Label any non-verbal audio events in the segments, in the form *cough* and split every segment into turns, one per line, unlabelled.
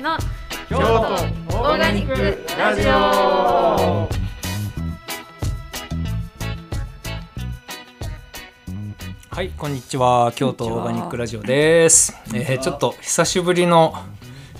の
京
都オーガニックラジオ
はい、こんにちは。京都オーガニックラジオです。えーちょっと久しぶりの *laughs*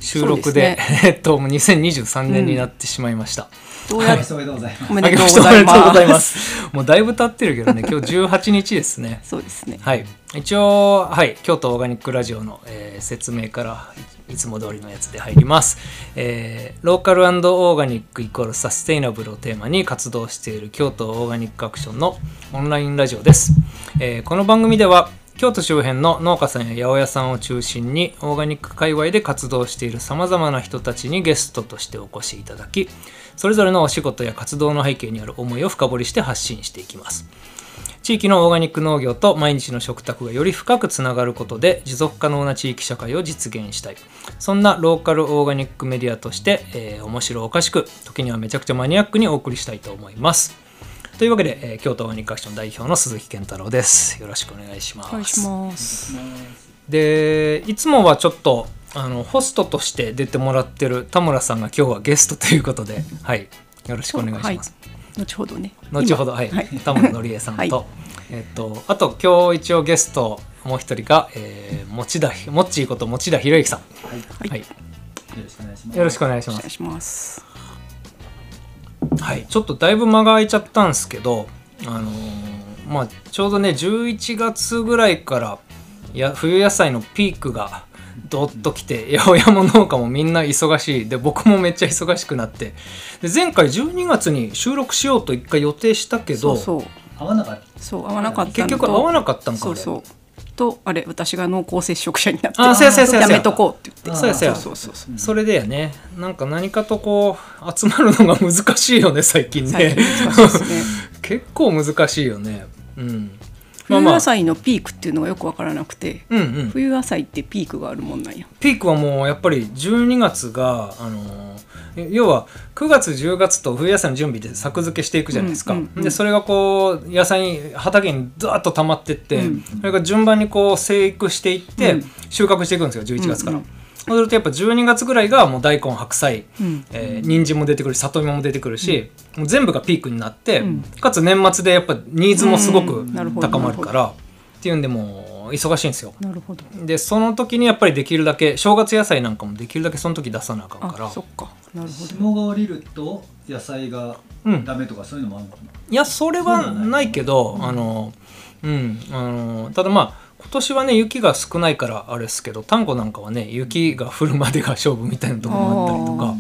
収録で、
そう
えっと、もう2023年になってしまいました。
どうやっ
おめでとうございます
おめ
あ
で
け
と
ま
うご
してお
ざ
め
い
でとうござい
ま。
ますす。もうだいぶ経ってるけどね、 *laughs* 今日18日ですね。
そうですね。
はい、一応、はい、京都オーガニックラジオの、えー説明からいいつも通りのやつで入ります、えーローカルオーガニックイコールサステイナブルをテーマに活動している京都オーガニックアクションのオンラインラジオです、えーこの番組では京都周辺の農家さんや八百屋さんを中心にオーガニック界隈で活動しているさまざまな人たちにゲストとしてお越しいただきそれぞれのお仕事や活動の背景にある思いを深掘りして発信していきます地域のオーガニック農業と毎日の食卓がより深くつながることで持続可能な地域社会を実現したいそんなローカルオーガニックメディアとして、えー面白おかしく時にはめちゃくちゃマニアックにお送りしたいと思いますというわけで、えー京都オーガニックアクション代表の鈴木健太郎ですよろしくお願いします
お願いします。
でいつもはちょっとあのホストとして出てもらってる田村さんが今日はゲストということではいよろしくお願いします、
はい。後ほどね。
後ほど、はい、
はい
田村のりえさんと、
はい
えっと、あと今日一応ゲストもう一人が、えー、持田ひもっちーこと持田博之さん、
はい
はい、
よろしくお願いします
よろしくお願いし
今お
ま
願
す、
いします。
はい、ちょっとだいぶ間が空いちゃったんですけど、あのーまあ、ちょうどね11月ぐらいからや冬野菜のピークがどっと来て八百屋も農家もみんな忙しいで僕もめっちゃ忙しくなってで前回12月に収録しようと一回予定したけ
そ
ど
うそう。
合わなかっ
そう合わなかった
結
のと。
局合わなかったんかあ
そう
れ
そう。とあれ私が濃厚接触者になって。
あーそうやそうやそうや
やめとこうって言って。
そうやそうや
そうそうそう。
それだよねなんか何かとこう集まるのが難しいよね最近ね
最近難しいですね
結構難しいよねうん *laughs* まあ
冬
まあ
野菜のピークっていうのがよくわからなくて、
うんうん
冬野菜ってピークがあるもんなんや。
ピークはもうやっぱり12月があのー要は9月10月と冬野菜の準備で作付けしていくじゃないですか、
うんうんうん
でそれがこう野菜に畑にダーッと溜まってって、
うん
それが順番にこう生育していって、
うん
収穫していくんですよ11月から、
うんうん
そうするとやっぱ12月ぐらいがもう大根白菜、
うん。
えー、人参も出てくるし里芋も出てくるし、もう全部がピークになって、
うん
かつ年末でやっぱニーズもすごく
うんなるほど
高まるから、っていうんでもう忙しいんですよ
なるほど。
でその時にやっぱりできるだけ正月野菜なんかもできるだけその時出さなあかんから
あ、そっか。なる
た
ほど。
霜が降りると野菜が
うん
ダメとかそういうのもあるのかない
やそれ
そ
は
うなんだ
ないけど、あのうんあのただまあ今年はね雪が少ないからあれですけど丹後なんかはね雪が降るまでが勝負みたいなところもあったりとか、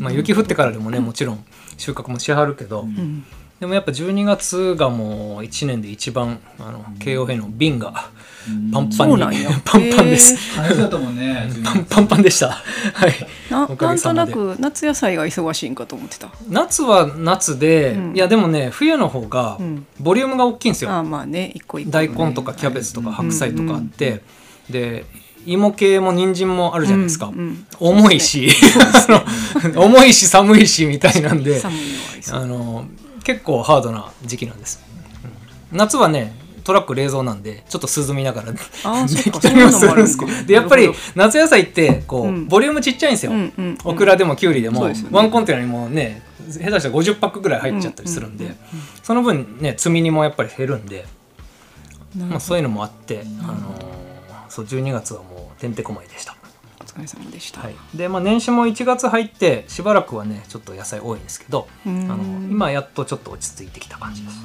まあ、雪降ってからでもねもちろん収穫もしはるけど、
うん。
でもやっぱ12月がもう1年で一番あの慶応編の瓶が
うん
パンパン
そう
に、
なんや
*laughs* パンパンです、
大変だったもんね自分
パンパンパンでしたはい
な
おか
な
げ
んと
さ
な
まで
く夏野菜が忙しいんかと思ってた。
夏は夏で、
うん
いやでもね冬の方が
うん
ボリュームが大きいんですよ、
あーまあね一個一個、
大
ね、
根とかキャベツとか
うん
白菜とかあって、で芋系も人参もあるじゃないですか、
うんうん
重いし、あの *laughs* 重いし寒いしみたいなんで
寒いのはありそう
あの結構ハードな時期なんです、うん夏はねトラック冷蔵なんでちょっと涼みながらで
あー
き
そ
*laughs*
っか
たりもす
そ
るんで
ういうのもある
す
ん
け
か
どでやっぱ
な
り
るほ
夏野菜ってこう、
うん
ボリュームちっちゃいんですよ、
うんうんうん
オクラでもきゅうりでも
そうですよね
ワンコンテナにもね下手したら50パックぐらい入っちゃったりするんで、
うんうん
その分ね積み荷もやっぱり減るんで、
なる
まあ、
ほ
そういうのもあって、あのーそう12月はもうてんてこまいでした、
どお疲れ様でした、
はい、で、まあ、年始も1月入ってしばらくはねちょっと野菜多いんですけど
うーん
あの今やっとちょっと落ち着いてきた感じです。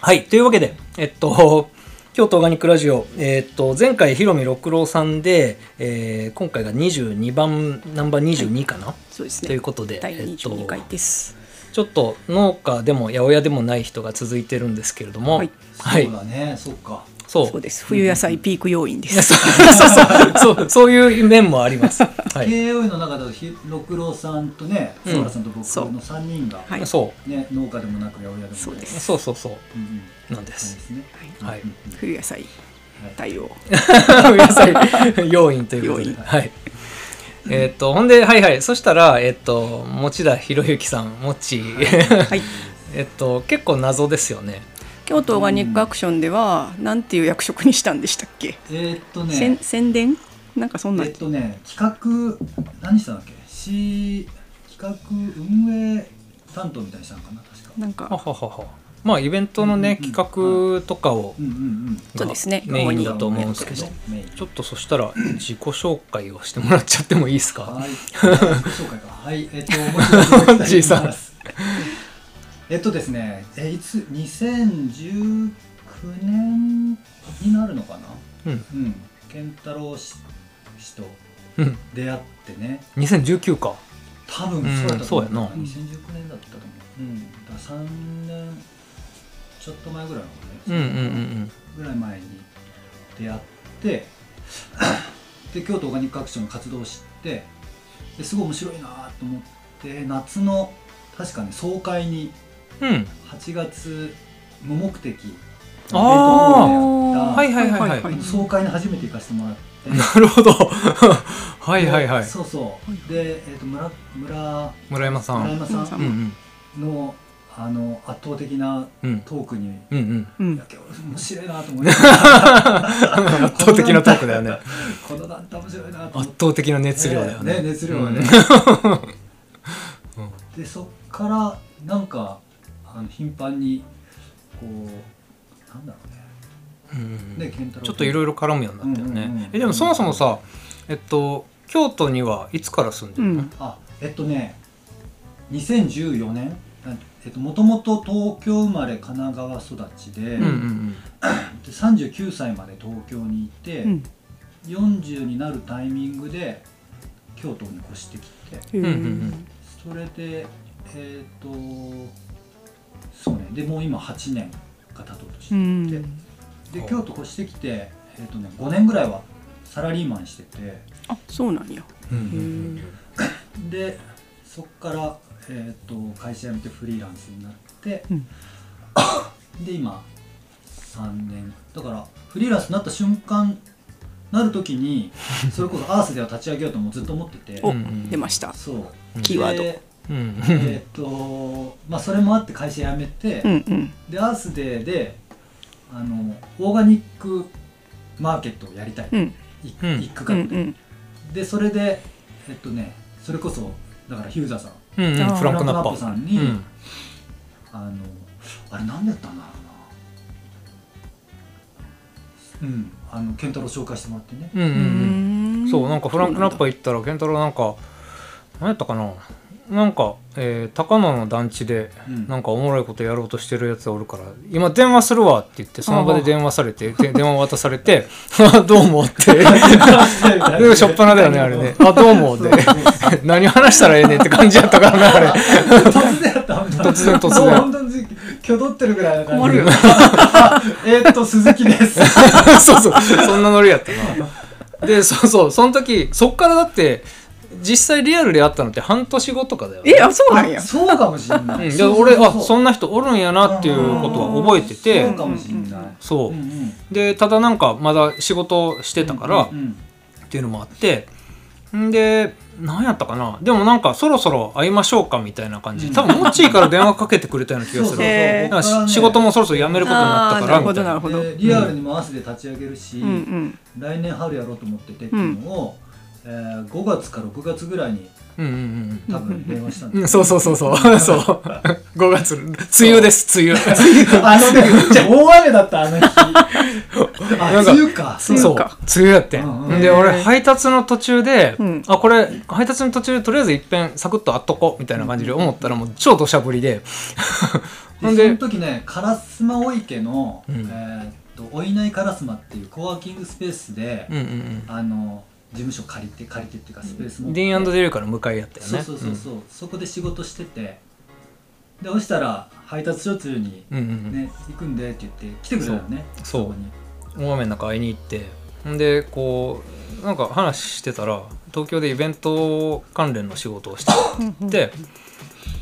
はいというわけで、えっと、京都オーガニックラジオ、えっと、前回ひろみ六郎さんで、えー今回が22番ナンバー22かな、
そうです
という
ね
ことで、
第
えっと
22回です、
ちょっと農家でも八百屋でもない人が続いてるんですけれども、
はい
*laughs* はい
そうだねそっか
そう
そうです冬野菜ピーク要員です、
そうそうそうそう *laughs* そういう面もあります。はい、
KOE の中だとひ六郎さんとね
うん
菅原さんと僕
そう
の三人が
はい
そ
ね農家でもなく八百屋でもなく
そうです
うそうそうそ
うんうん
うなんで。
そうです
*laughs*
すね
はい
はい、
冬野菜
*laughs*
対応
野菜要因ということ
要
で。
因
はい。えーっとほんではいはいそしたらえーっと持田博之さん持ち
はい
*laughs* えっと結構謎ですよね。
京都オーガニックアクションではなんていう役職にしたんでしたっけ、
えーっと
せん
ね
宣伝なんかそんな
えっとね企画何したんだっけ、C、企画運営担当みたいにしたのかな確か
なん
は
か
はははまあイベントのね、
うんうんうん
企画とかを、
うんうんうん
そうですね
まあメインだと思うんですけどちょっとそしたら自己紹介をしてもらっちゃってもいいですか
はい自己紹介かはいえっともう一度自己紹介いた
*laughs*
しますえっとですねえいつ2019年になるのかな
うん
うん健太郎氏氏と
うん
出会ってね
2019か
多分そうだ
う
ったと思
んそうやな
2019年だったと思う、うん、だから3年ちょっと前ぐらい
うんう
の
んう
ね、
んうん
ぐらい前に出会って *coughs* で京都オーガニックアクションの活動を知ってですごい面白いなと思って夏の確かね総会に
うん
8月無目的
あー
イベントホールで
はいは
やった
いはいはい
あの総会に初めて行かせてもらって
なるほど *laughs* はいはいはい
そうそうで、えっと村村
村山さ
村
ん
山さん
うんうん
のあの圧倒的な
うん
トークに、
うんうん
う
い
ん
や今日面白いなと思いました
*laughs* 圧倒的なトークだよ
*laughs*
ね
この団体面白いなと思っ
圧
て
倒的な熱量だよね,、
ね熱量はね、 *laughs* でそっからなんかあの頻繁にこうなんだろ
うんうん
うねね健太郎
ちょっといろ
い
いろ絡むようになったよね、
うんうんうん
えでもそもそもさえっと京都にはいつから住んで
う
るの、
ん
あえっとね2014年あえっともともと東京生まれ神奈川育ちで,、
うんうんうん
で39歳まで東京にいて、
うん
40になるタイミングで京都に越してきて
うん
うんうん
それでえっ、とそうねでもう今8年が経とうとして
う
る、
ん
でで京都越してきて、えーとね、5年ぐらいはサラリーマンしてて
あそうなんや
うんうん
でそっから、えー、と会社辞めてフリーランスになって、
うん
で今3年だからフリーランスになった瞬間なる時
*laughs*
にそれこそアースでは立ち上げようともずっと思ってて
お
うんうん
出ました
そう
うん
キーワード
で
うんうん
えーっとまあそれもあって会社辞めて、
うんうん
でアースデーであのオーガニックマーケットをやりたい、
うん
い
うん
一区
う
画
んう
で、
ん
でそれでえっとねそれこそだからヒューザーさん
うんうん
あー
フランクナッパ
フランクナッパさん
う
に
ん
あのあれ何でやったんだろうなうんあの健太郎紹介してもらってね
うんうんうん
ん
そうなんかフランクナッパ行ったら健太郎なんか何やったかななんか、えー高野の団地で
うん
なんかおもろいことやろうとしてるやつがおるから「今電話するわ」って言ってその場で電話されてで電話渡されて *laughs* 「あどうも」 *laughs* って
*laughs*
でしょっぱなだよ *laughs* ねあれね「あどうも」 *laughs* で何話したらええねんって感じやったからねあれ *laughs*
突然やった
突然突然
もう本当に挙動ってるぐらいな感
困
じ
るよね
*laughs* えーっと鈴木です
そうそうそんなノリやったなでそうそうその時そっからだって実際リアルで会ったのって半年後とかだよね
えあそうなんや
あそうかもしれ
う、
なんい。
で俺あそんな人おるんやなっていうことは覚えてて
そうかもしれない。
そううん
うん
でただなんかまだ仕事してたから
うんうん
っていうのもあってんで何やったかなでもなんかそろそろ会いましょうかみたいな感じ
うん
多分モッチーから電話かけてくれたような気がす
そ
る
うそうそう
へー
なんかし仕事もそろそろ辞めることになった
あー
か
な
ら
るほ
みた
ど
い
なる
な
ほど
でリアルにもアースで立ち上げるし、
うんうん
来年春やろうと思っててっていうのを、えー、5月か6月ぐらいに
うんうんうん
多分電話したん
う
で
ん *laughs*
す
そうそうそうそうそう5月梅雨です梅雨
あのね *laughs* じゃあ大雨だっ
*laughs*
たあの日あ
なんか
梅雨か
雨
そう梅
か
雨やって
うん
ん
うん
で俺配達の途中で、
うん
あこれ配達の途中でとりあえずいっぺんサクッとあっとこうみたいな感じで思ったらもう超土砂降りでほん
でその
で
時ね烏丸お池の、
うん
えーっとお稲荷烏丸っていうコワーキングスペースで、
うんうん
あの事務所借りて借りてっていうかスペース
う
も
んディーンデリルから向かいやったよ
そう
ね
そうそうそう、そこで仕事しててでそしたら配達所通に、
うんうんうんうん
ね行くんでって言って来てくれたよね
そう
こに
大雨の中会いに行ってほんでこうなんか話してたら東京でイベント関連の仕事をしてて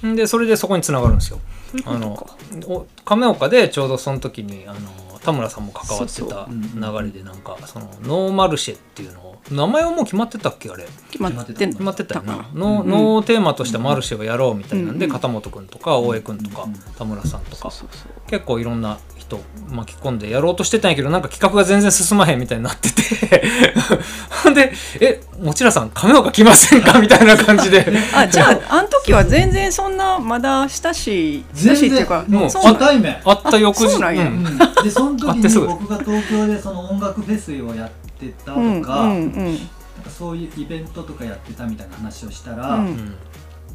ほんでそれでそこにつながるんですよ
そういうこ
あ
と
の
か
お亀岡でちょうどその時にあの田村さんも関わって
そうそ
た
うう
流
ん
れでなんかそのノーマルシェっていうのを名前はもう決まってたっけあれ
決まってん
決まってたよ
だ
な
か
の、
うん
のテーマとしてマルシェをやろうみたいなんで、
うん
片本君とか大江君とか、
うん
田村さんと
そ
か
うそうそう
結構いろんな人巻き込んでやろうとしてたんやけどなんか企画が全然進まへんみたいになってて *laughs* ほんで「えもちらさん亀岡来ません
*laughs*
か?」みたいな感じで
あじゃああの時は全然そんなまだ親しい親しいっていうか
全然もう
そう
初
なん
対面
あった翌
あ
日
そうなんや
うん
うんでその時
会ってすぐ
に僕が東京でその音楽フェスをやってたとか,、
うんう
なん
んうん
かそういうイベントとかやってたみたいな話をしたら、
うん
うん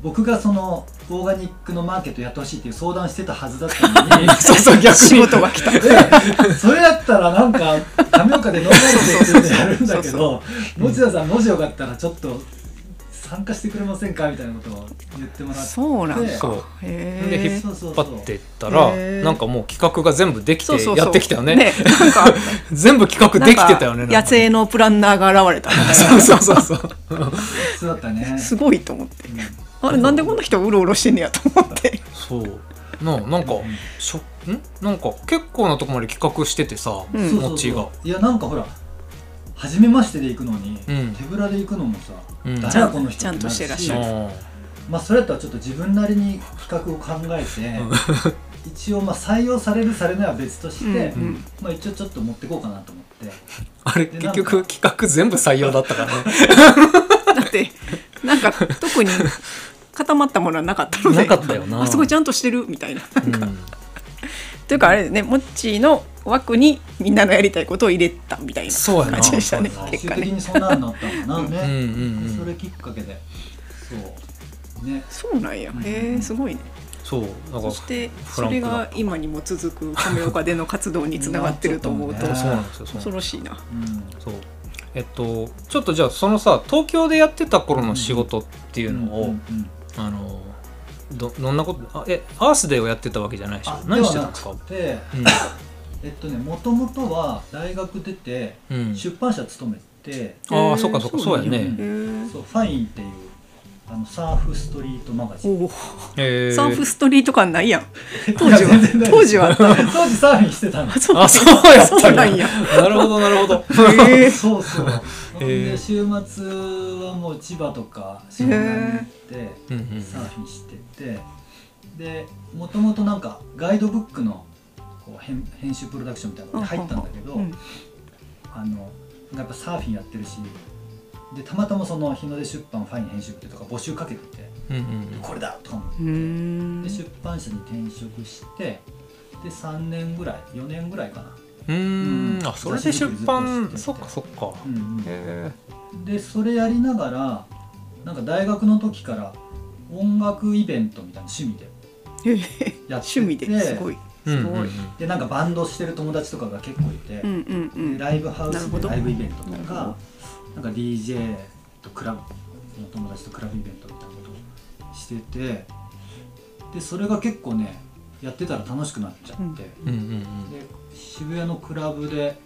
僕がそのオーガニックのマーケットやってほしいっていう相談してたはずだった
*laughs*
のに
そうそう逆に
*laughs* 仕事が来た
でそれだったらなんか亀岡で飲まれてってやるんだけど
そう
持田さんもしよかったらちょっと参加してくれませんかみたいなことを言ってもらって
そうなんだ
そうで
へ
引
え
っ張ってった
へ
ら
ー
なんかもう企画が全部でき
そうそうそ
て
う
やってきたよね
ねなんか
全部企 *laughs* 画できてたよ
な
ね
んか野生のプランナーが現れたみた
*laughs*
い
そうそうそうそう
そうだったね
なすごいと思って
うん
あれなんでこんな人うろうろしてんねやと思って
そうななんか
ん
しょんなんか結構なとこまで企画しててさ、
うん
そう
モッチーが
いやなんかほら初めましてで行くのに、
うん
手ぶらで行くのもさ、
うん
誰がこの人
ちゃんとしてらっしゃる
うん
あー
まあそれやったらちょっと自分なりに企画を考えて、一応まあ採用されるされないは別として、
うんうん
まあ一応ちょっと持ってこうかなと思って
あれ
で
結局企画全部採用だったからね
*laughs* だってなんか特に固まったものはなかったので
なかったよな
あすごいちゃんとしてるみたいな
うん
*laughs* というかあれだよねモッチーの枠にみんなのやりたいことを入れたみたいな
そうやな
感じでしたね
そうやな
最
結
終
果
的
ね
にそんなんなったのかな
うん
ね、
うんうん
それきっかけでそうね
そうなんや
うん
へえすごいね
そうだから
そして
フラ
そ
ンク
れ
な
が今にも続く亀岡での活動につながってると *laughs* 思うと
うん
そうなんですよそうなんです
恐
よ
ろしいな
うん
そうえっとちょっとじゃあそのさ東京でやってた頃の仕事っていうのを、
んんうん
あのどどんなことあえアースデーをやってたわけじゃないでしょ
あ
何してたんですか
はなくてえっとねもともとは大学出て
うん、うん、
出版社勤めて、
あ
へ
あ
え
そうかそうか
そ
そうう
な
や
んや
ね
へー
そうファインっていうあのサーフストリートマガジン
おお
えー
サーフストリート感ないやん
当
時は当時は
当時サーフィンしてたの
そう
あそうやったんや
そう *laughs* なんや
なるほどなるほど
へえ
そうそう
へ
で
ー
週末はもう千葉とか湘南に行って
うんうん
サーフィンしててでもともとなんかガイドブックのこう編編集プロダクションみたいなのに入ったんだけど、
うん
あのやっぱサーフィンやってるしでたまたまその日の出出版ファイン編集部ってとか募集かけてて
うんうんうん
これだとか思って
うーん
で出版社に転職してで3年ぐらい4年ぐらいかな、
うーん
うん
あそれで出版
雑誌
そ
作
っ
り
か
ず
そっか
うんうん
へ
でそれやりながらなんか大学の時から音楽イベントみたいな趣味で
へえ
やってて
趣味ですごい
え
すごい
でなんかバンドしてる友達とかが結構いて、
うんうんう
で
ん
ライブハウ
なる
ス
ほ
で
ど
ライブイベントと
なるほ
かなんか DJ とクラブの友達とクラブイベントみたいなことをしててでそれが結構ねやってたら楽しくなっちゃって、
う
う
ん
んうんうん
で渋谷のクラブで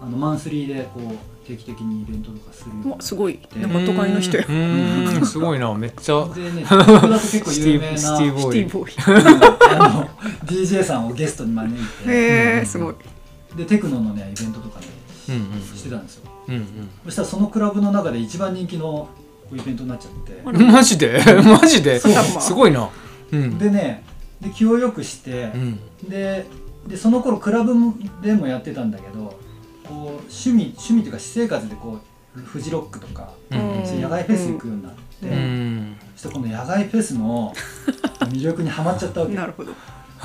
あのマンスリーでこう定期的にイベントとかするようにな
う
っ
わ
て
すごい
で
なんか都会の人や
うーんすごいなめっちゃ
でね東京だと結構
シ
有
テ
名
ィ
*laughs*
な
シティ
シ
ボ
テ
ー
ィ
イ
ボーイ
あの DJ さんをゲストに招いて
へえすごい。
でテクノのねイベントとかね
うん
してたんですよ
うんうん
そしたらそのクラブの中で一番人気のイベントになっちゃって
あ
うんマジで *laughs* マジで
そう
すごいなうん
でねで気をよくして
うん
ででその頃クラブでもやってたんだけどこう趣味趣味というか私生活でこうフジロックとか
うんうん
そういう野外フェス行くようになって、
う
うん
そしてこの野外フェ
*laughs*
スの魅力にはまっちゃったわけ
なるほど。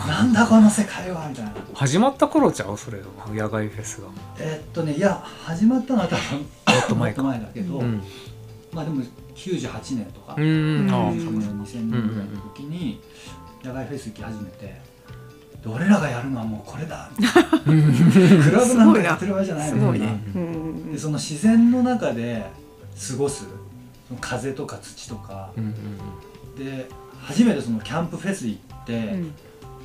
なんだこの世界はみたいな
始まった頃ちゃうそれ野外フェスが
えーっとねいや始まったのは多分も
っと前か
もっと前だけど、
うん
まあでも98年とか、
う
そ
んあ
の
あ
うん
2000年ぐらいの時に野外フェス行き始めてで俺らがやるのはもうこれだクラブなんかやってる場合じゃない
す
の
ごいね。うんうん
でその自然の中で過ごすその風とか土とか
うんうん
で初めてそのキャンプフェス行って、
うん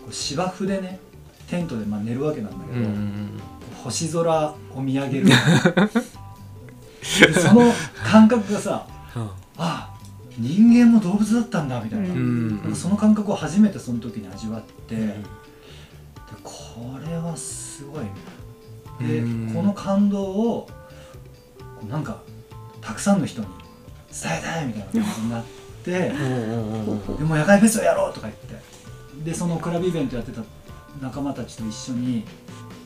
こう芝生でねテントでまあ寝るわけなんだけ
う
ど、
んうん
星空を見上げるでその感覚がさあ人間も動物だったんだみたいな,、
う
うんうん
その感覚を初めてその時に味わって、でここれはすごいねで
うん
この感動をこうなんかたくさんの人に伝えたいみたいな感じになってでもう野外フェスをやろうとか言ってでそのクラブイベントやってた仲間たちと一緒にも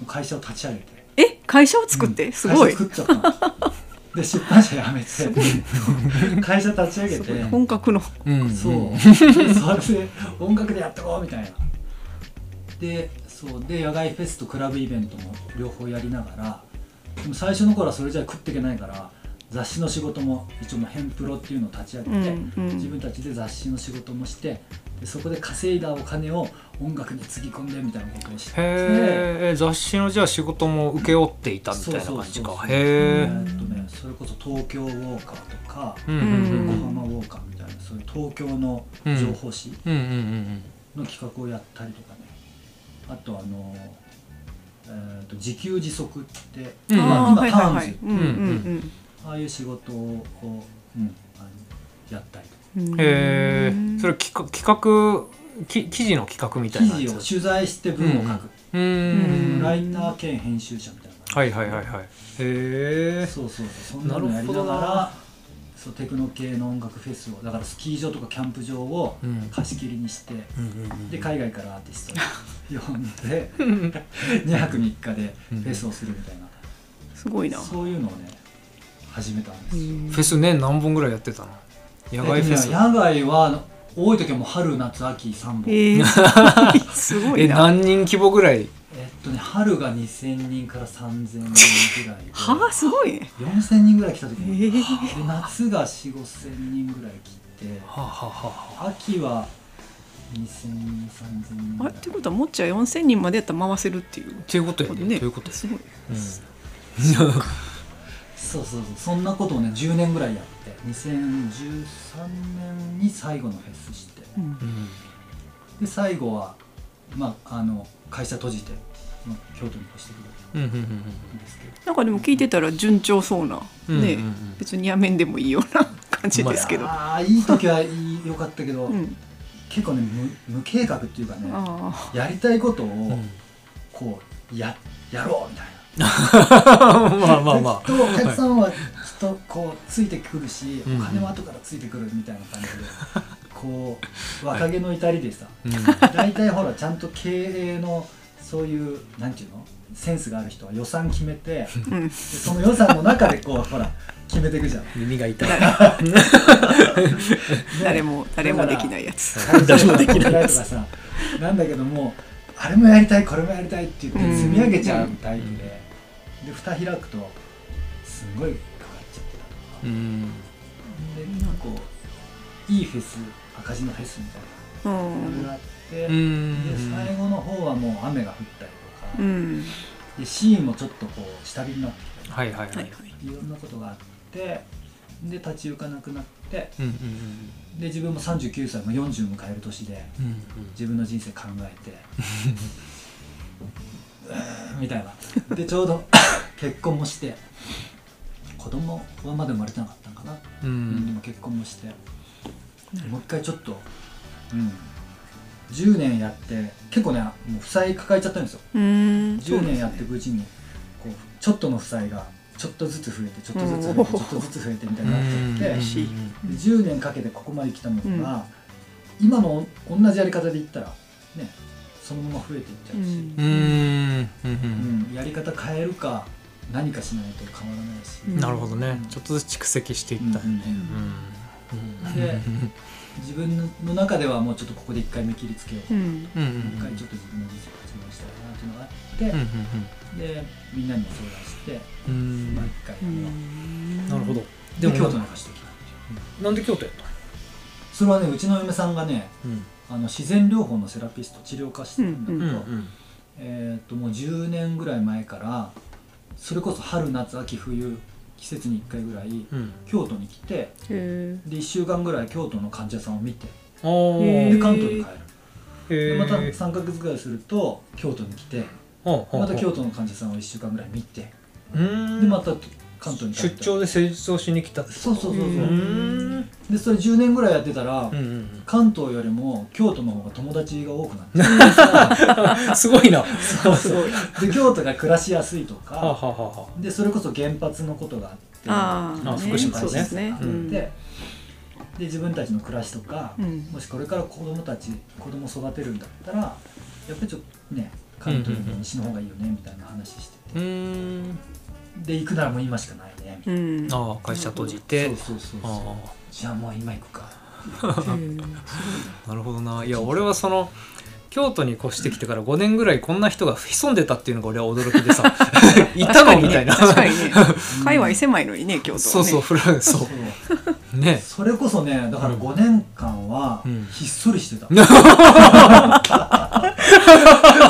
う会社を立ち上げて
え会社を作って、
うん
すごい
会社作っちゃったので出版社辞めて会社立ち上げ
すごい
て
本格の
うん
そう
うん
でそれで音楽でやってこうみたいなでそうで野外フェスとクラブイベントも両方やりながらでも最初の頃はそれじゃ食っていけないから雑誌の仕事も一応もうヘンプロっていうのを立ち上
う
げて、
んうん
自分たちで雑誌の仕事もしてでそこで稼いだお金を音楽につぎ込んでみたいなことをしてて
へえ雑誌のじゃあ仕事も請け負っていたみたいな感じ
そうそうそう
か
そう
へえ
えっとねそれこそ東京ウォーカーとか
うんうんう
横
ん
浜ウォーカーみたいなそういう東京の情報誌
うんうんうん
の企画をやったりとかねあとあの、えー、と自給自足って
うん
あー
今
はいはいは
ターン
い
ズ
うんうん
ああいう仕事を、こううんあのやったりとか
うんうん
へえそれ企画企画き記事の企画みたいな
記
や
事を
つ
取材して文を書く、
うーん
うん
ライター兼編集者みたいな、
はいはいはいはいへえ
そうそうそうそんなの
な
やりなが
るほどな
らそうテクノ系の音楽フェスをだからスキー場とかキャンプ場を
うん
貸し切りにして、で海外からアーティストを呼んで
うん
2泊3日でフェスをするみたいな、
すごい
*laughs*
な
そういうのをね始めたんですよ、
フェス年何本ぐらいやってたの野外フェス
えっとね野外は多い時はもう春夏秋3本
えー、
え
すごい
え
すごいな
何人規模ぐらい
っとね春が2000人から3000人ぐらい
はあすごいね
4000人ぐらい来た時
えー
に、で夏が4 5 0 0 0人ぐらい来て
はあはあはあ
秋は2000人3000人ぐ
あ
ら
れっ
い
てことはもっちゃん4000人までやったら回せるっていう
っていうことやね
ね
ということや
すごい
そうそうそうそんなことをね10年ぐらいやって2013年に最後のフェスして
うん
うん
で最後は、まあ、あの会社閉じて、まあ、京都に越して
う
く
んうんうん
るんですけど
なんかでも聞いてたら順調そうな、
うん
ね、
うんうんうん
別にやめんでもいいような感じですけど、
ああいい時はいい良かったけど、
うん、
結構ね無無計画っていうかね
あ
やりたいことを
うん
こうややろうみたいな。
まあまあま
きっとお客さんはきっとこうついてくるし、
うん
お金も後からついてくるみたいな感じで、
*laughs*
こう若気の至りでさ、
あ
大体ほらちゃんと経営のそういうなんていうのセンスがある人は予算決めて
*laughs*
で
あ、うん、
その予算の中でこうほら決めていくじゃん。ね
耳が痛い
誰も誰もできないやつ。
誰もできないとかさ *laughs* なんだけどもあれもやりたいこれもやりたいって言って積み上げちゃうタイプで、
うん
で蓋開くとすごいかかっちゃってた
うん
でなんかこういいフェス赤字のフェスみたいな
う
の
ん、
があって、
う
で
ん
最後の方はもう雨が降ったりとか、
うん、
でシーンもちょっとこう下火になってきた
はいはい
は
はい
はい
い。
りいろんなことがあってで立ち行かなくなって
うんうん
で自分も39歳も40迎える年で
うんうん
自分の人生考えてうーんみたいなでちょうど結婚もして子供はまだ生まれてなかったのかな
うんう
で
ん
も結婚もしてもう一回ちょっと、うん、10年やって結構ねもう負債抱えちゃったんですよ
うん、
10年やっていくうちにこうちょっとの負債がちょっとずつ増えてちょっとずつ増えてちょっとずつ増えてみたいになっちゃって
ん
で10年かけてここまで来たのが、今の同じやり方でいったらねそのまま増えていっちゃ
う、
うし、
うんうんん
うんやり方変えるか何かしないと変わらないし、
なるほどねちょっとずつ蓄積していったよね
自分の中ではもうちょっとここで一回見切りつけよう
うん、
うんうん
一回ちょっと自分の人生を注文したいなっていうのがあって、でみんなにも相談して、
うんう
まあ
ん
一回
う、
やめようん
なるほど
で京都に貸してきたっていう
なんで京都やった
それはねうちの嫁さんがね
うん
あの自然療法のセラピスト治療家してるんだけ
う
ど、
んうん
えー、ともう10年ぐらい前からそれこそ春夏秋冬季節に1回ぐらい
うん
京都に来て
へ
で1週間ぐらい京都の患者さんを見て
ああ
へ
で
ー
関東に帰る、で
え
また3ヶ月ぐらいすると京都に来てまた京都の患者さんを1週間ぐらい見て
うん
でまた関東に帰っ
出
て
張で施術をしに来たってこと
そうそうそうそう
うん
でそれ10年ぐらいやってたら、
うんうん
関東よりも京都の方が友達が多くなって
うん、 *laughs* すごいな。は
で京都が暮らしやすいと
あ、はあ
か
はあは
でそれこそ原発のことがあって
あー
あ福島
ね
そうですね
あっ。て
うん
で自分たちの暮らしとか、
うん
もしこれから子供たち子供育てるんだったらやっぱりちょっとね関東よりも西の方がいいよねみたいな話して
あ。うーん。
で行くならもう今しかないねみたい
うん
ああ、会社閉じ
な
て。
そうそうそう
あ
そうじゃあもう今行くか
うん
あ、なるほどな。いや、俺はその。京都に越してきてから5年ぐらいこんな人が潜んでたっていうのが俺は驚きでさいたのみたいな
確かにね。確かにね界隈狭いのにね、京都はね。
そうそうフランスそ
そう
うね
それこそねだから
うん
5年間は
うん
ひっそりしてた、
な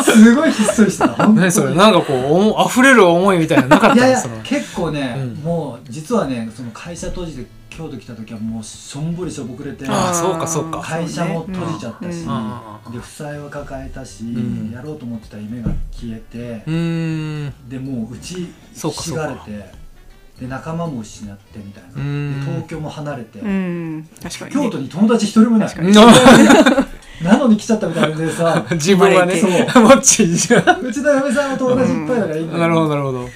すごいひっそりしてた本当に
何それなんかこうおも溢れる思いみたいなのなかっ
い
た
やいや
その
結構ね、
うん
もう実はねその会社閉じて京都来た時はもうしょんぼりしょぼくれて
あーそうかそうか
会社も閉じちゃったし、
うん
うん
で負債は抱えたし、
ん
やろうと思ってた夢が消えて
う、ーん
でもう打ち
そうか
ひしがれてで仲間も失ってみたいな、
うん
で東京も離れて、
うん。確かにね。
京都に友達一人もいない
確かに
なのに来ちゃったみたい
*laughs*
でさ
自分はね
そう
マッチじゃん
うちの嫁さんも友達いっぱいだからいいんだけ
なるほどなるほどう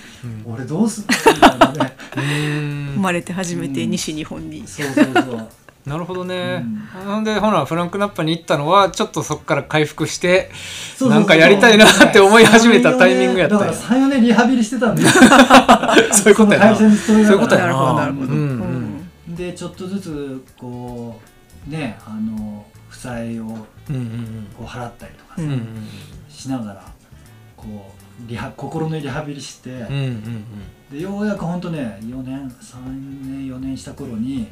俺どうすんのみたいなね
ー
生
ん
まれて初めて西日本に。
そうそうそう
なるほどね
う
なんでほらフランクナッパに行ったのはちょっとそこから回復して
そうそうそう
なんかやりたいなって思い始めたタイミングやったんや
だから34年リハビリしてたんですよ
*laughs* そういうことや
会
な
社に勤めな
そういうこと
が
や
ら
るほど、なるほど。
うん
う
でちょっとずつこうねあの負債を
うんうん
こう払ったりとか
う
さ
ん
しながらこうリハ心のリハビリして、
うんうんうん
でようやくほんとね4年3年4年した頃に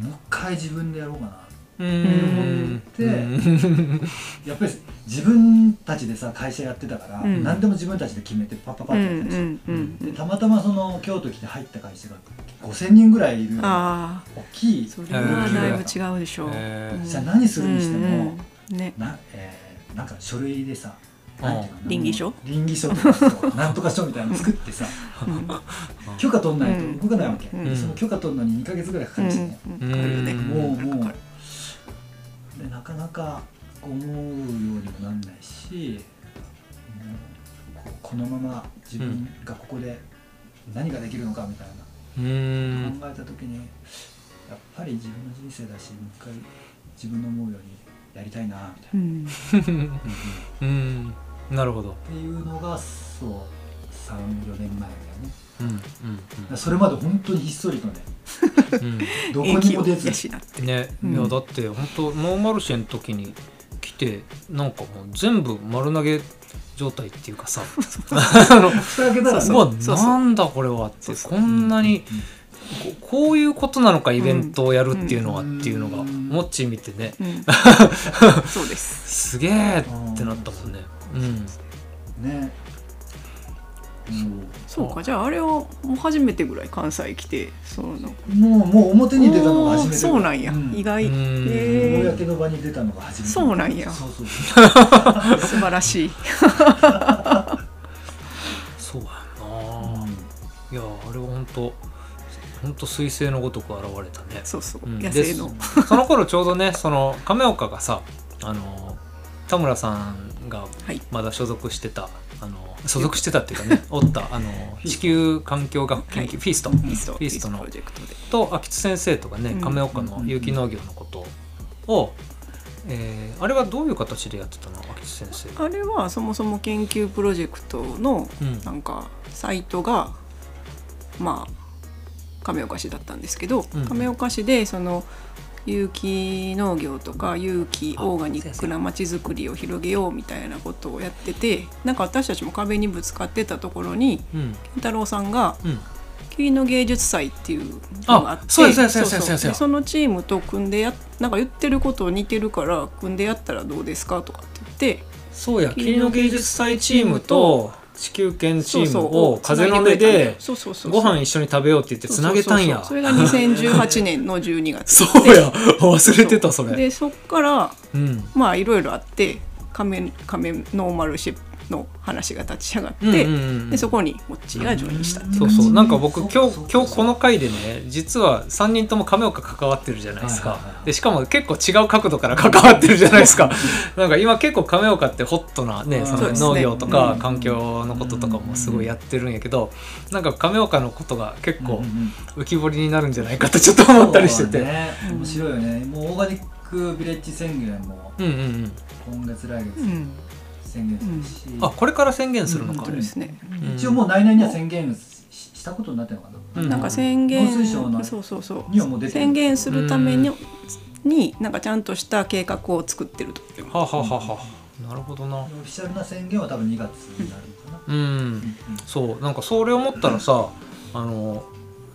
もう一回自分でやろうかな
うんうん
でやっぱり自分たちでさ会社やってたから、
うん
何でも自分たちで決めてパッパパッ
う
て
ん
やってたでしょ、
うんうん
でたまたまその京都来て入った会社が5,000人ぐらいいる大
ああ、
きい
それはだいぶ違うでしょう。
えー
じゃあ何するにして
う
も、
んうんね。
な,、えーなんか書類でさ
うん
なんていうの
倫理書
倫理書とかそう *laughs* なんとか書みたいなの作ってさ
うん
許可取んない
うん
と動かないわけ、
うん
でその許可取るのに2か月ぐらいかかるしね、
うんうんわかるよね
うん
もうも
わか
う
る
でなかなか思うようにもなんないしもうここのまま自分がここで何ができるのかみたいな、
うん
考えた時にやっぱり自分の人生だしもう一回自分の思うようにやりたいなみた
う
いな、
ん
うんなるほど
っていうのがそう34年前だよね
うんうん
だからそれまで本当にひっそりとね
うん
どこ
駅
にも
を
出
養 *laughs*
ず
って。
うんね
うん
いやだって本当ノーマルシェの時に来てなんかもう全部丸投げ状態っていうかさあの
蓋開けたら
うわ
ね
そうそう
なんだこれはってこんなにここういうことなのかイベントをやるっていうのはっ
うん
ていうのが
うん
モッチー見てね
うんそうです。
すげえってなったもんね。うん
ねうん
そうか、じゃああれはもう初めてぐらい関西来て、その。
もうもう表に出たのが初め
おー
て
そうなんや、意
意
外。
外
うん
へー
公の場に出たのが初めて
そうなんや
そうそう
素晴らしい。
そうや
う
なんいやあれは本当本当彗星のごとく現れたね。
そうそう、
うん
野
で
生の。
そその頃ちょうどねその亀岡がさあの田村さんが
はい
まだ所属してた、あの所属してたっていうか
*laughs*
ねおったあの地球環境学研究、
は
フ
い
ィースト
フィスト、
フィストの
プロジェクトで。
と秋津先生とかね
うん
亀岡の有機農業のことを、えーあれはどういう形でやってたの秋津先生
あれはそもそも研究プロジェクトの
うん
なんかサイトがまあ亀岡市だったんですけど、
うん
亀岡市でその有機農業とか有機オーガニックなまちづくりを広げようみたいなことをやっててなんか私たちも壁にぶつかってたところに
うん
健太郎さんが
うん
桐の芸術祭っていうのがあっ
あ
て
そうやそうやそうやそうやそうや
でそのチームと組んでやなんか言ってること似てるから組んでやったらどうですかとかって言って
そうや
霧
霧
の
の芸
芸術
術
祭
祭
チ
チ
ー
ー
ム
ム
と
と地球研チ
そう
ー
そう
ムを風の根で
そうそうそう
ご飯一緒に食べようって言ってつなげたんや
そうそうそうそれが2018年の12
*laughs* そ
月
うや忘れてたそれ
でそっから
うん
まあいろいろあって仮面仮面ノーマルシェの話が立ち上がっ
うん
て、
うんうんうん
でそこにモッチーがジョインしたっていう
そうそうなんか僕
そう
今
そうそう
日今日この回でね実は3人とも亀岡関わってるじゃないです
は
か
いはいはい
でしかも結構違う角度から関わってるじゃないです
*laughs*
かなんか今結構亀岡ってホットな
う
ね
ん
そ
そう
の
ですね
農業と
う
か
ん
環境のこととかもすごいやってるんやけどなんか亀岡のことが結構浮き彫りになるんじゃないかとちょっと思ったりして
そう
て
ね面白いよねもうオーガニックビレッジ宣言も
うんうんうん
今月来月
うん
宣言するし、
あこれから宣言するの
本
か
当ですね、
うん
一応もう来年には宣言ししたことになってるのかな、
うん
なんか宣言
農水省の
そうそうそう
にはもう出てる
宣言するためにになんかちゃんとした計画を作ってると
はあはあはあはあなるほどな
オフィシャルな宣言は多分2月になるのかな、
うん
うん
そうなんかそれ思ったらさあの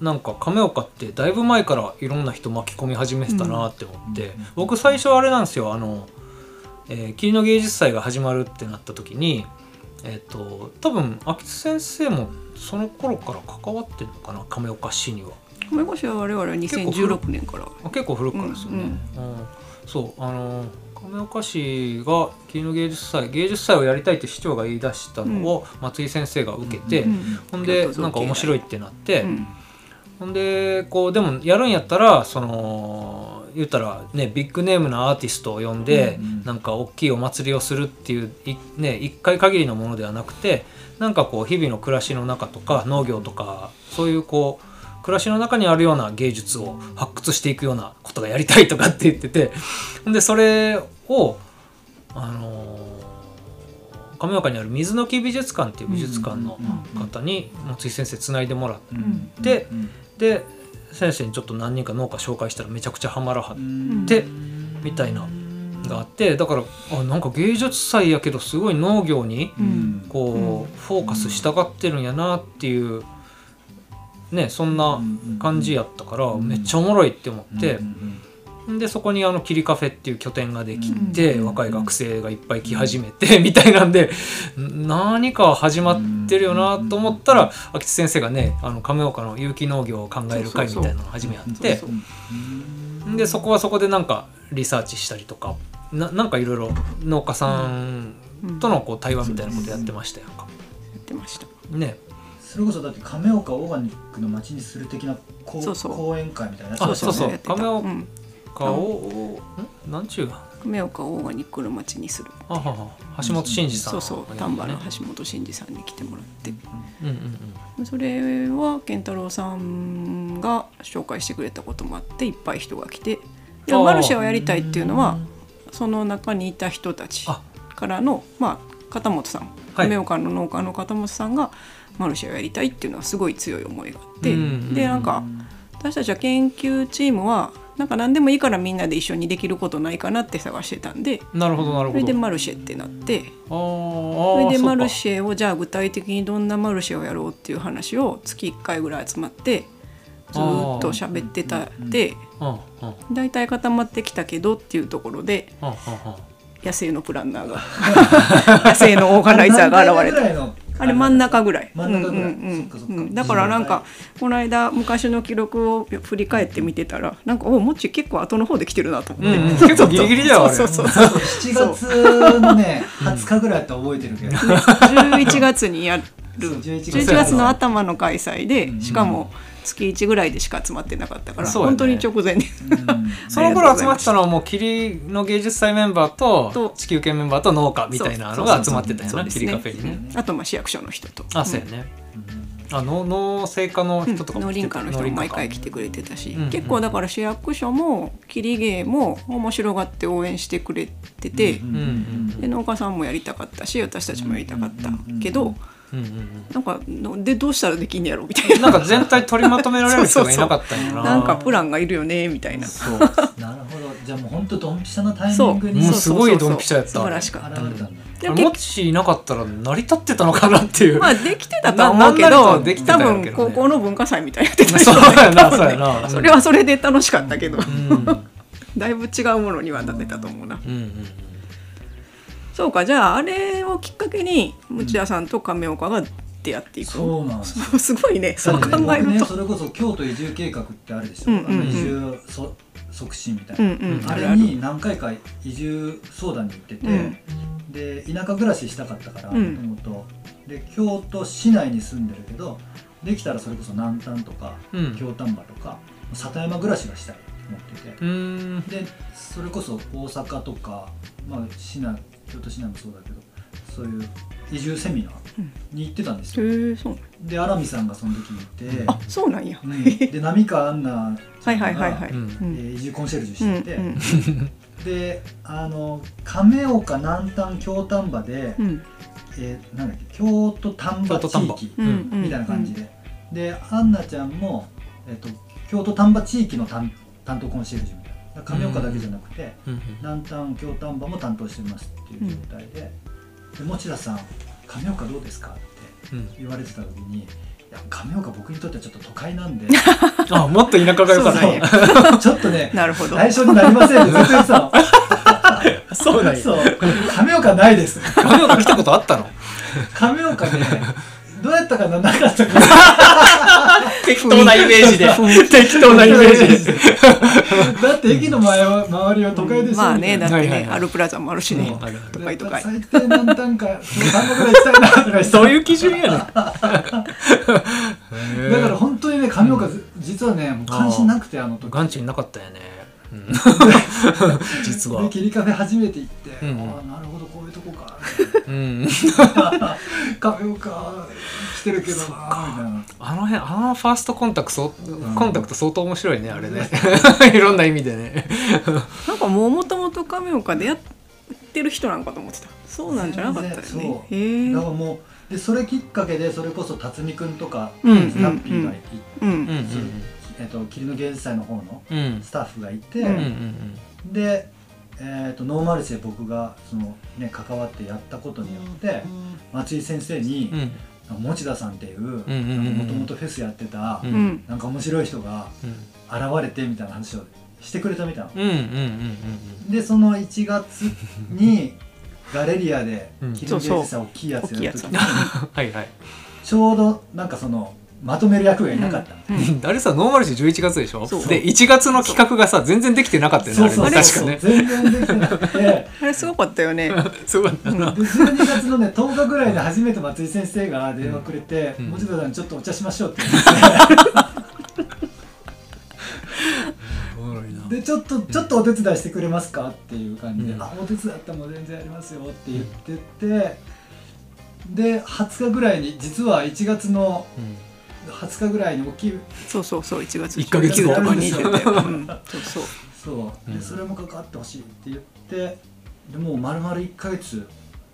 なんか亀岡ってだいぶ前からいろんな人巻き込み始めてたなって思って、
うんうん
僕最初あれなんですよあの、えー霧の芸術祭が始まるってなった時にえっ、と多分秋津先生もその頃から関わってるのかな亀岡市には
米越は我々は2016年から
あ結構古くからですよね、
うんうん
うんそうあの亀岡市が霧の芸術祭芸術祭をやりたいって市長が言い出したのを松井先生が受けて、
うん
ほんで
京都造形
なんか面白いってなって、
うん
ほんでこうでもやるんやったらその言ったらねビッグネームなアーティストを呼んで、
うん
なんか大きいお祭りをするっていういね一回限りのものではなくてなんかこう日々の暮らしの中とか農業とかそういうこう暮らしの中にあるような芸術を発掘していくようなことがやりたいとかって言っててほんでそれをあのー亀岡にある水の木美術館っていう美術館の方に松井先生つないでもらって。
うん
で
うん
で先生にちょっと何人か農家紹介したらめちゃくちゃハマらはっ
うん
てみたいながあってだからあなんか芸術祭やけどすごい農業に
うん
こう、フォーカスしたがってるんやなっていうねそんな感じやったから、
うん
めっちゃおもろいって思って、
うんうん
でそこにあのキリカフェっていう拠点ができて、
うん
若い学生がいっぱい来始めて、 *laughs* みたいなんでん何か始まってるよなと思ったら、秋津先生がねあの亀岡の有機農業を考える会みたいなのを始めやって
そう
でそこはそこでなんかリサーチしたりとかななんかいろいろ農家さんとのこう対話みたいなことやってましたよ。
やってました
ね、
それこそだって亀岡オーガニックの街にする的なこう
そうそう
講演会みたいな
あそうそう
やってた
亀岡
うん
顔を、ん、なんちゅうあ
亀岡オーガニックの町にする
はは橋本真二さん
そう
の
そう丹波の橋本真二さんに来てもらって
うんうんうん
それは健太郎さんが紹介してくれたこともあっていっぱい人が来て
あ
で
ー
マルシェをやりたいっていうのはその中にいた人たち
あ
からのまあ片本さん
はい
亀岡の農家の片本さんがマルシェをやりたいっていうのはすごい強い思いがあって
うんうん
でなんか私たちは研究チームはなんか何でもいいからみんなで一緒にできることないかなって探してたんで
なるほどなる
そ
ほ
れ
ど
でマルシェってなって
あーあ
それ
ー
で
そうか
マルシェをじゃあ具体的にどんなマルシェをやろうっていう話を月1回ぐらい集まってずーっと喋ってたで
うんうんうん
大体固まってきたけどっていうところで
うんうん
野生のプランナーが *laughs* 野生のオーガナイザーが現れた。
た
*laughs* あれ真ん中ぐらい。
真ん中ぐらい
うんうんうん
そっかそっか
うんだからなんかこの間昔の記録を振り返ってみてたらなんかおもっち結構後の方で来てるなと思って。
うんうん
*laughs*
結構ギリギリだよあれ
そうそうそう。
7月のね20日ぐらいだったら覚えてるけど
*laughs*
11月にやる
そう11
11月の頭の開催
う
で
ん
しかも月1ぐらいでしか集まってなかったから、
そうやね
本当に直前で
うん
その頃集まってたのはもう霧の芸術祭メンバーと
と
地球系メンバーと農家みたいなのが集まってたよ
そう
な
そう
霧カフェにね。
あとまあ市役所の人と
あそうやね。あの農政家の
うん
人とか
農林課の人も毎回来
て
てくれてたし、
うん
結構だから市役所も切り芸も面白がって応援してくれてて、
う
た。うんうん
で農家さんもやりたかったし私たちもやりたかったけど、
うんうん
なんかのでどうしたらできんねやろみたい
うん。 *laughs* なんか全体取りまとめられる人がいなかったん
*laughs*
や
な
な。
なんかプランがいるよねみたいな。
そう。
なるほどじゃあもう本当ドンピシャなタイミ
そう
ング
も
に
う
現
すごいドンピシャやった
そうそうそう素晴らしかった
れたんだ
あ
で
れ
も
も
結
っちいなかったら成り立ってたのかなっていう。
*laughs* まあできてたとは思うけ
ななんなり
ど
とできてた
多
んやろうけ
分
どね
高校の文化祭みたいなやってたし
そうやなそうやな。うん
*laughs* それはそれで楽しかったけど、
うんうんうん
だいぶ違うものにはなってたと思うな
うん。
そうかじゃああれをきっかけに持田さんと亀岡が出会っていく
そうなんですよ
すごいねそう考え
僕
る
ね、
と、
それこそ京都移住計画ってあるでしょ、
うんうんうん
あの移住そ促進みたい
うん
な、
うん
あ
あ
れ
るある
に何回か移住相談に行ってて、
うん
でで田舎暮らししたかったから
う
も
ん
ともとで京都市内に住んでるけどできたらそれこそ南丹とか
うん
京丹波とか里山暮らしがしたいと思ってて
うーん
でそれこそ大阪とか、まあ、市内京都市内もそうだけどそういう移住セミナーに行ってたんです
へえ
よ、
そうなん
で荒見さんがその時にいて、
あそうなんや、
うんで浪川アンナち
は
ゃ
い
んが
はいはいはい、
う
うんん
えー移住コンシェルジュ
うん
してて、
うん
であの亀岡南丹京丹波で、
うん
えーなんだっけ京都丹波
京都
地
丹波
域
うんうん
みたいな感じで、でアンナちゃんも、えっと京都丹波地域の担担当コンシェルジュみたいな亀岡だけじゃなくて、
うん
南丹京丹波も担当してますっていう状態で「で持田さん亀岡どうですか?」って
うん
言われてた時に「いや亀岡僕にとってはちょっと都会なんで
あもっと田舎が良かった
そう
ちょっとね
なるほど
対象になりません」ってずっと言ってたの。
そうなんや
そう亀岡ないです
亀岡来たことあったの
亀岡ねどうやったかななかったか
適当なイメージで *laughs* 適当なイメージで
なだって駅の前は周りは都会でしょ、
まあねだっ
み
た
い
てね、
はいはいはい
アルプラザもあるし
う
ね、
んあるある
都
な
会都会
最低何単か単語ぐらいしたいなとか言って
*laughs* そういう基準やねんへえ
だから本当にね亀岡ず、実はねもう関心なくてあの時
眼中になかったよね、うん *laughs* 実
で
は、
切りカフェ初めて行って、
うんうん
ああなるほどこういうとこか *laughs*
うん、
亀岡来てるけどなみたいな
あの辺あのファーストコンタクト、
ん
コンタクト相当面白いねあれね *laughs* いろんな意味でね
なんかもうもともと亀岡でやってる人なんかと思ってたそうなんじゃなかったよ
全然
ね
そう
へえ
だからもうでそれきっかけでそれこそ辰巳くんとか、
うんうんうん
スタッピーがいて
う
うん
ん
うん
えっと霧の芸術祭の方の
うんうん
スタッフがいて、
うん
うんうん
で、えー、とノーマルシェ僕がその、ね、関わってやったことによって、松井先生に
うん
持田さんっていうも
うんうんうん
ともとフェスやってた、
うん
うん
なんか面白い人が現れてみたいな話をしてくれたみたいな
うんうんうんうん
でその1月
*laughs*
にガレリアで
うん
霧の芸術祭大きいやつやった
そ
時に
う
うんはいはい
ちょうどなんかそのまとめる役がいなかったの、
うん
あれさノーマルシ11月でしょ
そう
で1月の企画がさ全然できてなかったよね
そうそう
あれ
そう
ね
そう、
確かね
全然できてなく
*laughs*
て。
あれすごかったよ
*laughs*
ね
そうだったな
で12月のね10日ぐらいで初めて松井先生が電話くれて
う
「
ん
持田さんちょっとお茶しましょう」って言
*laughs*
って
おもろいな
でちょっとちょっとお手伝いしてくれますかっていう感じで「
うん
あお手伝っても全然やりますよ」って言っててで20日ぐらいに実は1月の
うん
20日ぐらいに大きい
そうそうそう1月
一ヶ月
後
とかに出てたよ、うん、そうそう
*laughs* そう
う
で
ん
それも関わってほしいって言ってでもう丸々1ヶ月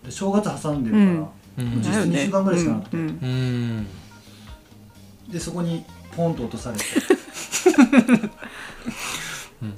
で正月挟んでるから、
うん
も
う
うん実質2週間ぐらいしかなくて、
うんうん
うん
でそこにポンと落とされて。
うん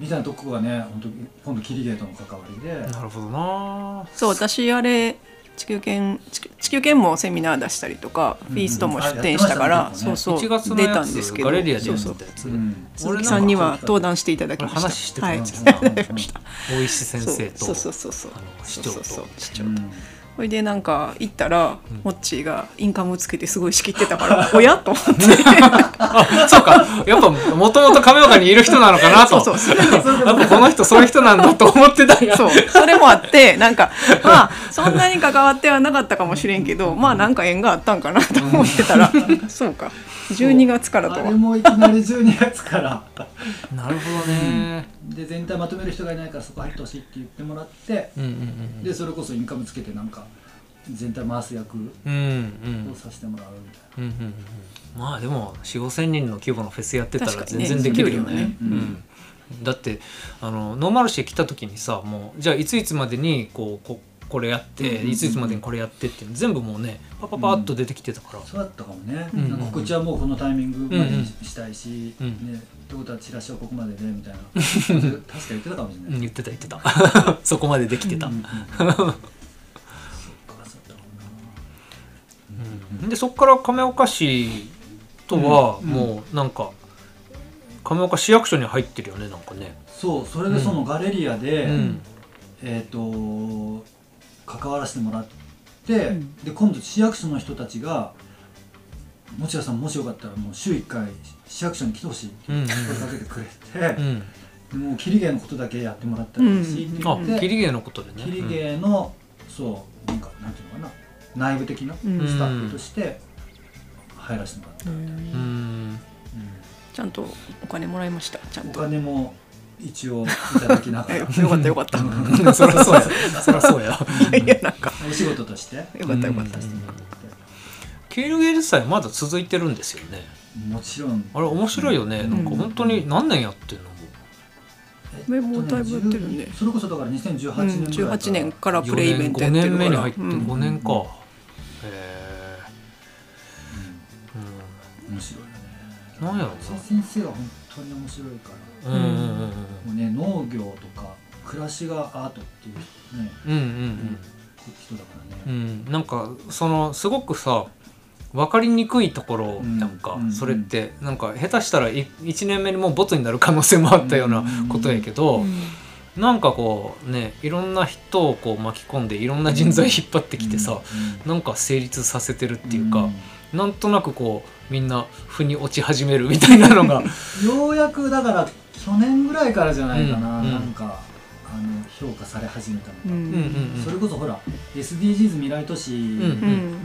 みたいなとこがね本当今度キリゲートの関わりで、
なるほどな
そう私あれ地球圏地球地球圏もセミナー出したりとか、
うん
フィーストも出展したか
あや
ら、
って
そ
ま
う
し
そう
1月の
出た
や
んです
つ
けど
ガレリアでやっ
そう
てた
そう
やつ
うん
鈴木さんには登壇していただきました
話してた
はい
な、
うん
出ました
大石先生と
そうそうそうそう
あの市長
そうそう
と
そう市長
うん
ほいでなんか行ったら、
うん
モッチーがインカムつけてすごい仕切ってたから「おや?」と思って
あそうかやっぱもともと亀岡にいる人なのかな
*laughs* そ
と
うそうそれ
やっぱこの人そういう人なんだと思ってたんや
そうそれもあってなんかまあそんなに関わってはなかったかもしれんけどまあなんか縁があったんかなと思ってたら、そうか12月からと
あれ
は。
もいきなり12月から
なるほどね
で全体まとめる人がいないからそこ入ってほしいって言ってもらって
うんうん
でそれこそインカムつけてなんか全体回す役を
うんうんうん
させてもらうみたい
うんうんうんまあでも4 5千人の規模のフェスやってたら
確かに
全然
ね
できるよ
それよりは
ね
ね
うんだってあのノーマルシェ来た時にさもうじゃあいついつまでにこうここれやって、
うんうんうん
いついつまでにこれやってっていうの全部もうねパパパッと出てきてたから
な、そうだったかもね、
うん
なんか告知はもうこのタイミングまで
うんうん
にしたいし、
うん
ね、ってことはチラシはここまででみたい
*laughs*
な確か言ってたかもしれ
う
ない、
ん言ってた言 *laughs* ってたそこまでできてた、
うんうんうんそっかそうだったかな
でそこから亀岡市とは
うん
もうなんか亀岡市役所に入ってるよねなんかね、
そうそれでそのガレリアで、
うん
えっ、と関わらせてもらって、
うん
で今度市役所の人たちが「持田さんもしよかったらもう週1回市役所に来てほしい」っ
う
て
んうん
声かけてくれ
う
て、
ん、
でもうキリゲーのことだけやってもらったらいいしって言
あ
って、
キリゲーのことでね
キリゲーのそうなんかなんていうのかな内部的なス
うん
タッフとして入らせてもらった、
うーん
ちゃんとお金もらいましたちゃん
お
と
金も一応いただきなが
え *laughs*
ら
よかったよかった
*laughs* そりゃそうやそりゃそう
*laughs*
や
いやなんか
お仕事として
よかったよかった
うん
で
ケール芸術祭まだ続いてるんですよね
もちろん
あれ面白いよね、なんか本当に何年やってんの
えっ
ねもうだいぶやってるね
10それこそだから2018
うん
年ぐらいから
18年からプ
4
レイイ
年
ベント
5
やって
年
るか
目に
ら
入って
うん
5年か、
うん
へ
うん面白いよね
なんやろ
先生先生は本当に面白いから
えうんうんうんうん
もうね農業とか暮らしがアートっていうね
うんうん
人だからね、
うんうんなんかそのすごくさ分かりにくいところを
うん
なんか
うん
それってなんか下手したら1年目にもうボツになる可能性もあったようなことやけどなんかこうねいろんな人をこう巻き込んでいろんな人材引っ張ってきてさなんか成立させてるっていうかなんとなくこうみんな腑に落ち始めるみたいなの
*laughs*
が
ようやくだから去年ぐらいからじゃないかな、
うんうん
なんかあの評価され始めたのが、
う
うんんうんうん
それこそほら SDGs 未来都市
うん
う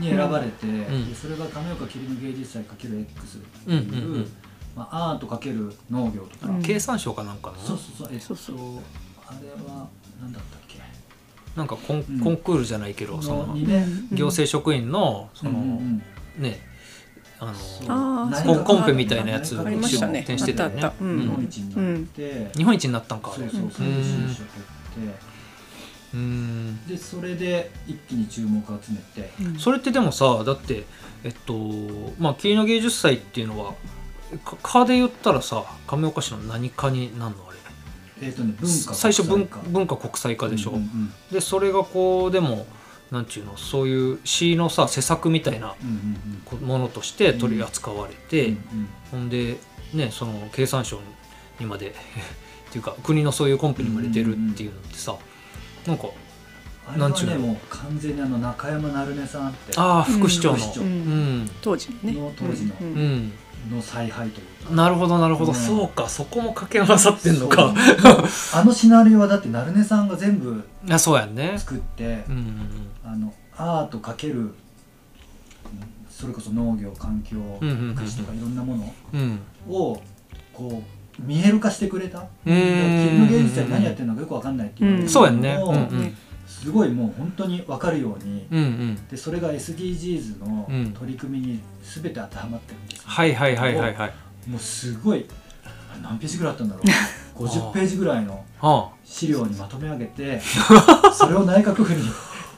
ん
に選ばれて、
ん
でそれが亀岡桐の芸術祭 ×X って
うん
いうう、
んうん
まあ、アート×農業とか、
うん
経産省かなんかの
そうそうそうえっと
そうそう
あれは何だったっけ
なんかコン,、
うん
コンクールじゃないけどその
の2年
行政職員のその、
うん
ねあの
あー
コ
そ
ン
う
コンペみたいなやつ
あ
りましたね
出展してたよ
あ
ね
ったあっ、た
う
うん
日
ん
本一になって、
日本一になったんかあ
そ
れ
うそうそう、
うん
就職って
うん
でそれで一気に注目を集めて
それってでもさだってえっとまあ桐の芸術祭っていうのはかかで言ったらさ亀岡市の何かになんのあれ
えーとね、文化
最初文
国
化
際
文化国際化でしょ、
うんうん
でそれがこうでもなんていうのそういう詩のさ施策みたいな
うんうん
こものとして取り扱われ
う
て、
んうん
ほんでねその経産省にまでっていうか国のそういうコンペにまで出るっていうのってさ、なんか
あれ
な
は
んちゅう
ね
の
もう完全にあの中山成美さんって
ああ副市長の、
副市長
う
うんん
当時ね
の当時の
うんうん
うん
の采配というか
なるほどなるほど、
うん
そうかそこも掛け合わさってんのか
そうあのシナリオはだって成美さんが全部
いやそうやんね
作って
うんうん
あのアートかけるうんそれこそ農業環境
うんうんうんうん
福祉とかいろんなもの
うん
をこう見える化してくれた
うん
昼の芸術祭何やってるのかよくわかんないっていううん
そうやんね
も
うんうん
ね
すごいもう本当に分かるように
うんうん
でそれが SDGs の
うん
取り組みに全て当てはまってるんですよ、
はいはいはいはいはい
もうすごいあれ何ページぐらいあったんだろう50ページぐらいの
あ
資料にまとめ上げてそれを内閣府に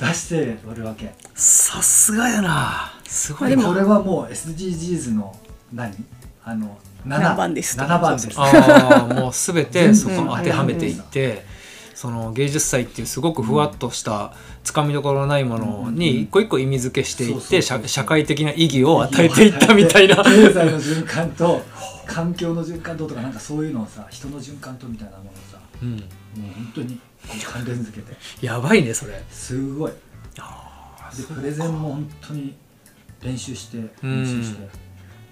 出しておるわけ
あさすがやなすご
あ
い
で
な
も
これはもう SDGs の何あの 7,
何番です
7番です
ああもう全てそこ
全部
当てはめていってその芸術祭っていうすごくふわっとしたつかみどころのないものに一個一個意味付けしていっ
そうそう
て
そう
社社会的な意義を与えていったみたいな。
経済の循環と環境の循環ととかなんかそういうのをさ人の循環とみたいなものをさ
うん
もう本当に関連づけて
やばいねそれ。
すごいでプレゼンも本当に練習して練習して、
うん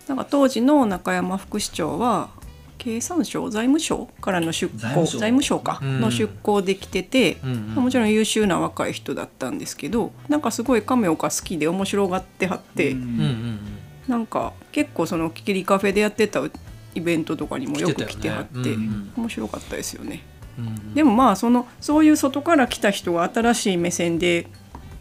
なんか当時の中山副市長は経産省財務省からの出
財
向
務省
財務省か、
うん
の出向できてて、
うんうん
もちろん優秀な若い人だったんですけどなんかすごい亀岡好きで面白がってはって、
うん
うんうんうん
なんか結構そのキキリカフェでやってたイベントとかにもよく来てはって
来てたよねうん
面白かったですよね。
うんうん
でもまあそのそういう外から来た人が新しい目線で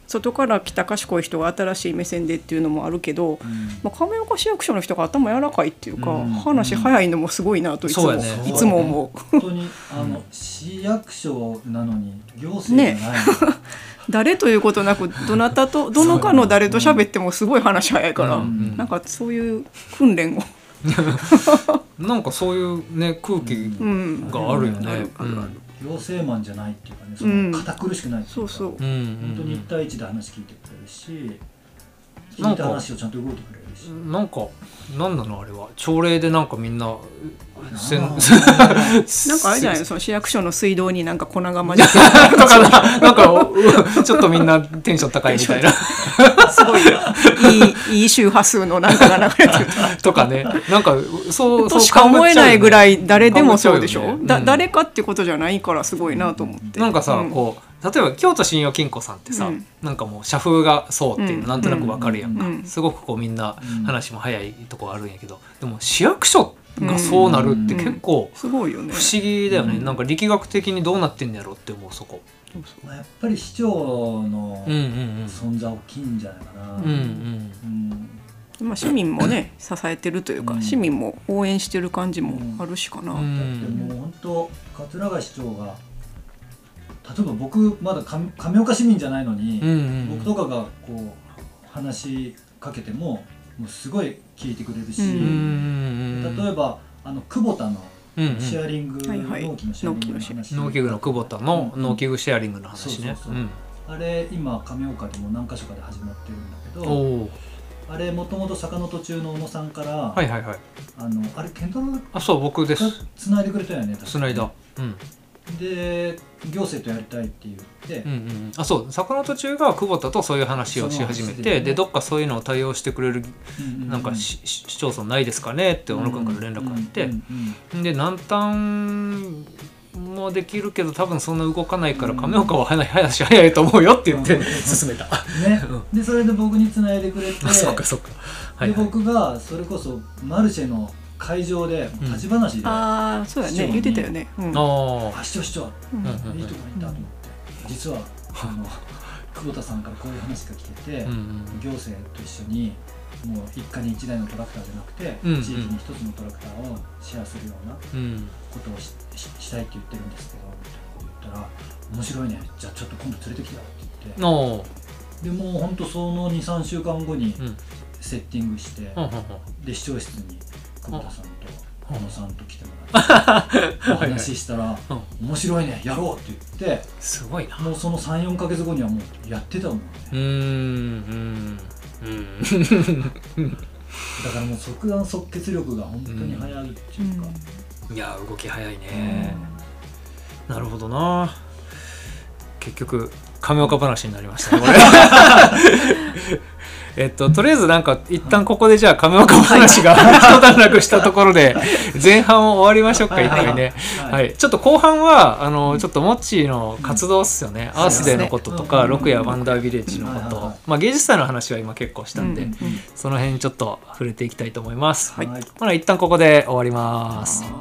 外から来た賢い人が新しい目線でっていうのもあるけど、まあ、亀岡市役所の人が頭柔らかいっていうか、
うん
話早いのもすごいなといつ
そ
も,、
うやね
いつも思う
本当にあの、市役所なのに行政じゃないの、
誰ということなくどな
*laughs*
たとどのかの誰と喋ってもすごい話早いから、
うんうん
なんかそういう訓練を、
なんかそういうね空気
う
*laughs*
ん、
があるよね。
あるあるある
行政マンじゃないっていうかねそ
うん
の堅苦しくないってい
そうう
か、
そう
うんうん
本当
うん
に一対一で話聞いてくれるし
な
聞
ん
い
か
た話をちゃんと動いてくれるし。
なんかなんなのあれは朝礼でなんかみんなせん
な
なん
かあれじゃないその市役所の水道になんか粉が
*laughs*
混じって
とかな、なんかう、 *laughs* ちょっとみんなテンション高いみた
*laughs*
いな、
すごいいいいい周波数のなんかが流れ
*laughs*
てる
とかね、なんか、そう、そ
と
う
しか思えないぐら
い。
い誰でもそうでし
か
ょ、
ぶっちゃうよね
だ
うん
誰かってことじゃないからすごいなと思って
なんかさ、
うん
こう、例えば京都信用金庫さんってさ、
うん
なんかもう社風がそうっていうのなんとなくわかるやんか、
うん
すごくこうみんな
うん
話も早いとこあるんやけどでも市役所がそうなるって結構
すごいよね
不思議だよね、
うん
なんか力学的にどうなってんのやろって思うそこ。
そうそう
まあ、やっぱり市長の
うんうん
存在大きいんじゃないかな、
うんうん
うん
まあ、市民もね支えてるというか、
うん
市民も応援してる感じもあるしかな、
う
だって
ん
もう本当桂川市長が例えば僕まだ上上岡市民じゃないのに、
うんうん
僕とかがこう話しかけてももうすごい聞いてくれるし、
う
うんうんうん
例えばあの久保田の
うんうん
シェアリング、
はいはい
納期のシェアリングの話
農機具の久保田の
うん
農機具シェアリングの話ね。
そうそうそうあれ今上岡でも何か所かで始まってるんだけ
うん
ど
おおー
あれもともと坂の途中の小野さんから、
はいはいはい。
あのあれケントロが
あそう僕です。
つないでくれたよね
つないだ。うん
で行政とやりたいって言って、
うんうんうん、あそう坂の途中が久保田とそういう話をし始め
そうなんです
て
よ
でどっかそういうのを対応してくれる
うう
なんかし、し市町村ないですかねって小野君から連絡があって、
うんうんうん
で南端もできるけど多分そんな動かないから
うん
亀岡は早い早いし早いと思うよって言って
うん
進
*laughs*
めた。
ね
うん
でそれで僕につないでくれて
あそうかそうか。はい
で
はい、
僕がそれこそマルシェの会場で
うん
立ち話で「あ
ああそうだ
市長
ね言
に
ってたよね、うん
あ
市長市長
うん
うん
いいとこにいた」と思って実はあの久保田さんからこういう話が来て
ー
て
うんうん
行政と一緒にもう一家に一台のトラクターじゃなくて
うんうん
地域に一つのトラクターをシェアするような
うん
ことをしししたいって言ってるんですけどみたいなこと言ったら「面白いねじゃあちょっと今度連れてきてよ」って言って
おー
でもうほんとその23週間後に
うんうん
セッティングして。
うんうん
で視聴室に久保田さんと
うん
小野さんと来てもらってお話ししたら
うん
「面白いねやろう」って言って
すごいな。
もうその34か月後にはもうやってたもんね
うーんうん
だからもう即断即決力が本当に早いっていうか、
うん *laughs* いや動き早い
うん
ね。なるほどな。結局亀岡話になりましたね。これ *laughs* えっととりあえずなんか一旦ここでじゃあ亀岡話が一段落したところで前半を終わりましょうか
はい
一
はい
回ね。
はい
はい、ちょっと後半はあのちょっとモッチーの活動っすよね、
うん
アースデーのこととか、
そうですね
ロクやワンダービレッジのこと、
うんはいはいはい
まあ、芸術祭の話は今結構したんで、
うん
その辺ちょっと触れていきたいと思います。
はい
ほな一旦ここで終わります。
は